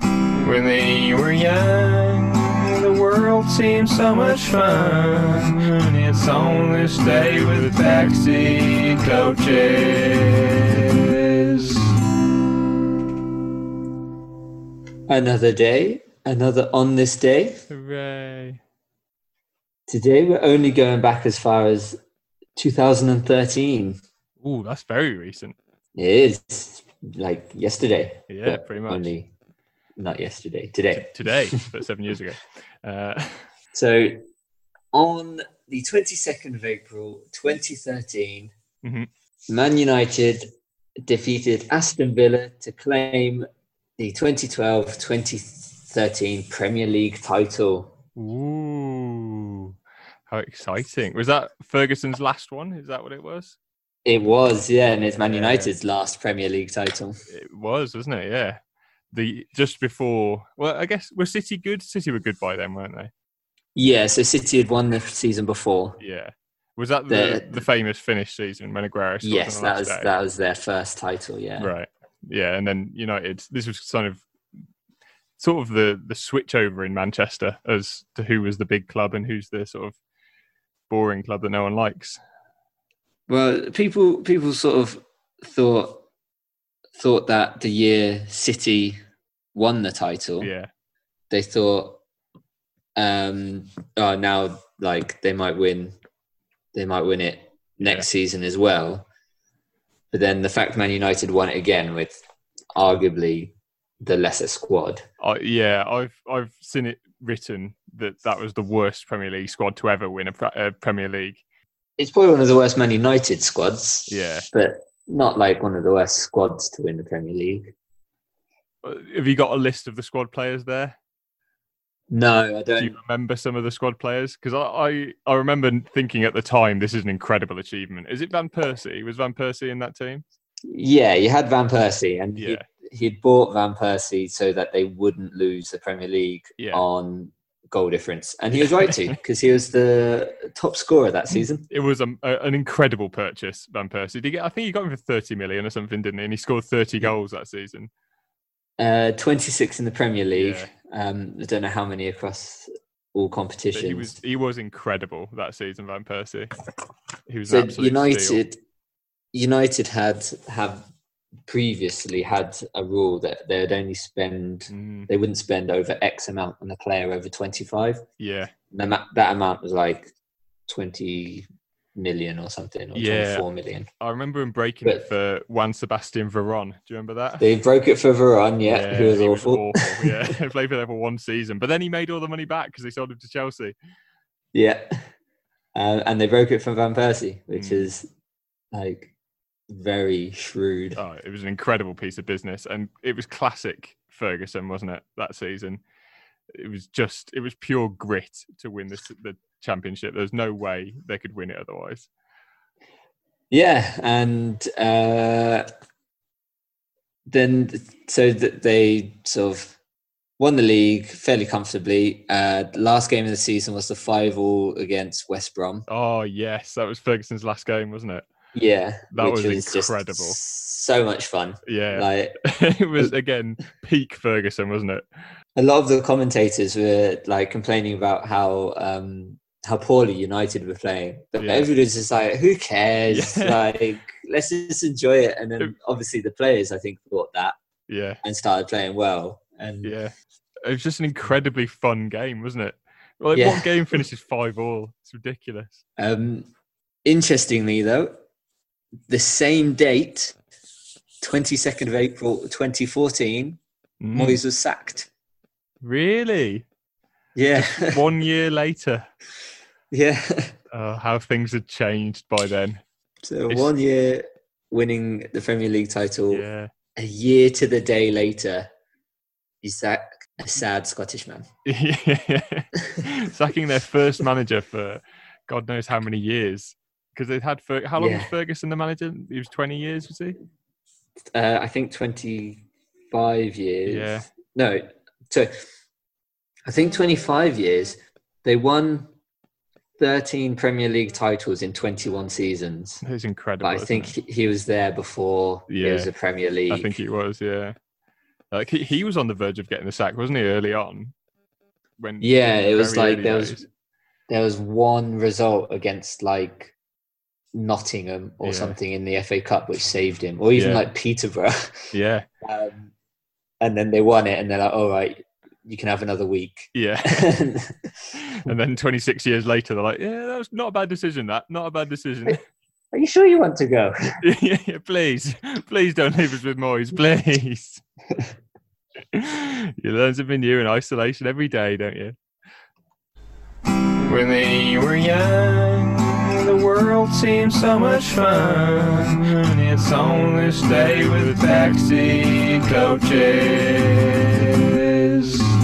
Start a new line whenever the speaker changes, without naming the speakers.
When they were young, the world seemed so much fun. It's on this day with backseat coaches.
Another day, another on this day.
Hooray.
Today we're only going back as far as 2013.
Ooh, that's very recent.
It is it's like yesterday.
Yeah,
but
pretty much.
Only not yesterday, today.
Today, but seven years ago. Uh,
So on the 22nd of April 2013,
Mhm.
Man United defeated Aston Villa to claim the 2012 2013 Premier League title.
ooh, how exciting. Was that Ferguson's last one? Is that what it was?
It was, yeah, and it's Man
Yeah.
United's last Premier League title.
It was, wasn't it? Yeah. The just before, well, I guess were City good? City were good by then, weren't they?
Yeah, so City had won the season before.
Yeah. Was that the,
The-
the, famous finish season when Aguero? scored on
yes,
the
that
last
was
day?
that was their first title. Yeah,
Right. Yeah, and then United. This was kind of sort of the the switch over in Manchester as to who was the big club and who's the sort of boring club that no one likes.
Well, people people sort of thought thought that the year City won the title,
Yeah.
they thought, um, oh, now like they might win, they might win it next season as well. But then the fact Man United won it again with arguably the lesser squad.
I, yeah, I've I've seen it written that that was the worst Premier League squad to ever win a, pre- a Premier League.
It's probably one of the worst Man United squads.
Yeah.
but not like one of the worst squads to win the Premier League.
Uh, Have you got a list of the squad players there?
No, I
Do
don't.
you remember some of the squad players? Because I, I I remember thinking at the time this is an incredible achievement. Is it Van Persie? Was Van Persie in that team?
Yeah, you had Van Persie, and
Yeah.
he he'd bought Van Persie so that they wouldn't lose the Premier League
Yeah.
on goal difference, and he was right to because he was the top scorer that season.
it was um, a, an incredible purchase, Van Persie. Did he get, I think he got him for 30 million or something, didn't he? And he scored 30 goals that season.
Uh, Twenty six in the Premier League.
Yeah.
Um, I don't know how many across all
But
competitions.
he was he was incredible that season, Van Persie. He was an
so
absolute
United,
steal.
United had have previously had a rule that they would only spend
Mm,
they wouldn't spend over X amount on a player over 25.
yeah,
And the ma- that amount was like 20 million or something, or
Yeah.
24 million.
I remember him breaking it for Juan Sebastian Veron. Do you remember that?
They broke it for Varane, yeah, who was
he
awful.
awful. Yeah, he played for them for one season, but then he made all the money back because they sold him to Chelsea.
yeah. Um, and they broke it for Van Persie, which
Mm.
is like very shrewd.
Oh, it was an incredible piece of business, and it was classic Ferguson, wasn't it? That season, it was just it was pure grit to win this the championship. There's no way they could win it otherwise.
Yeah. And uh, then, th- so that they sort of won the league fairly comfortably. Uh, last game of the season was the 5 all against West Brom.
Oh yes, that was Ferguson's last game, wasn't it?
Yeah,
That
which
was
just
incredible.
so much fun.
Yeah,
Like
it was again peak Ferguson, wasn't it?
a lot of the commentators were like complaining about how um how poorly United were playing, but
Yeah.
everybody's just like, "Who cares?
Yeah.
Like, let's just enjoy it." And then obviously the players, I think, thought that
Yeah,
and started playing well. And
yeah. It was just an incredibly fun game, wasn't it? Like
Yeah.
one game finishes five all. It's ridiculous.
um, interestingly, though, the same date, twenty second of April, twenty fourteen,
Mm.
Moyes was sacked.
Really?
Yeah,
one year later.
yeah.
Oh, how things had changed by then.
So
It's-
one year winning the Premier League title,
Yeah.
a year to the day later, you sack a sad Scottish man.
Yeah, sacking their first manager for God knows how many years because they've had Fer- how long
Yeah.
was Ferguson the manager? He was twenty years, was he?
Uh, I think twenty-five years.
Yeah.
No, so I think twenty-five years. They won thirteen Premier League titles in twenty-one seasons.
It was incredible.
But I
isn't
think
it?
he he was there before it
Yeah.
was a Premier League.
I think he was. Yeah, Like he, he was on the verge of getting the sack, wasn't he? Early on, when
Yeah,
in
it was
very
like
early
there was-
days.
There was one result against like Nottingham or
Yeah.
something in the FA Cup which saved him, or even
Yeah.
like Peterborough.
yeah,
Um, and then they won it, and they're like, "All right, you can have another week."
yeah.
Are
and then 26 years later, they're like, yeah, that was not a bad decision. That not a bad decision.
you sure you want to go?
yeah, yeah, please, please don't leave us with Moyes, please. you learn something new in isolation every day, don't you?
When they were young, the world seemed so much fun. It's only stay with backseat coaches.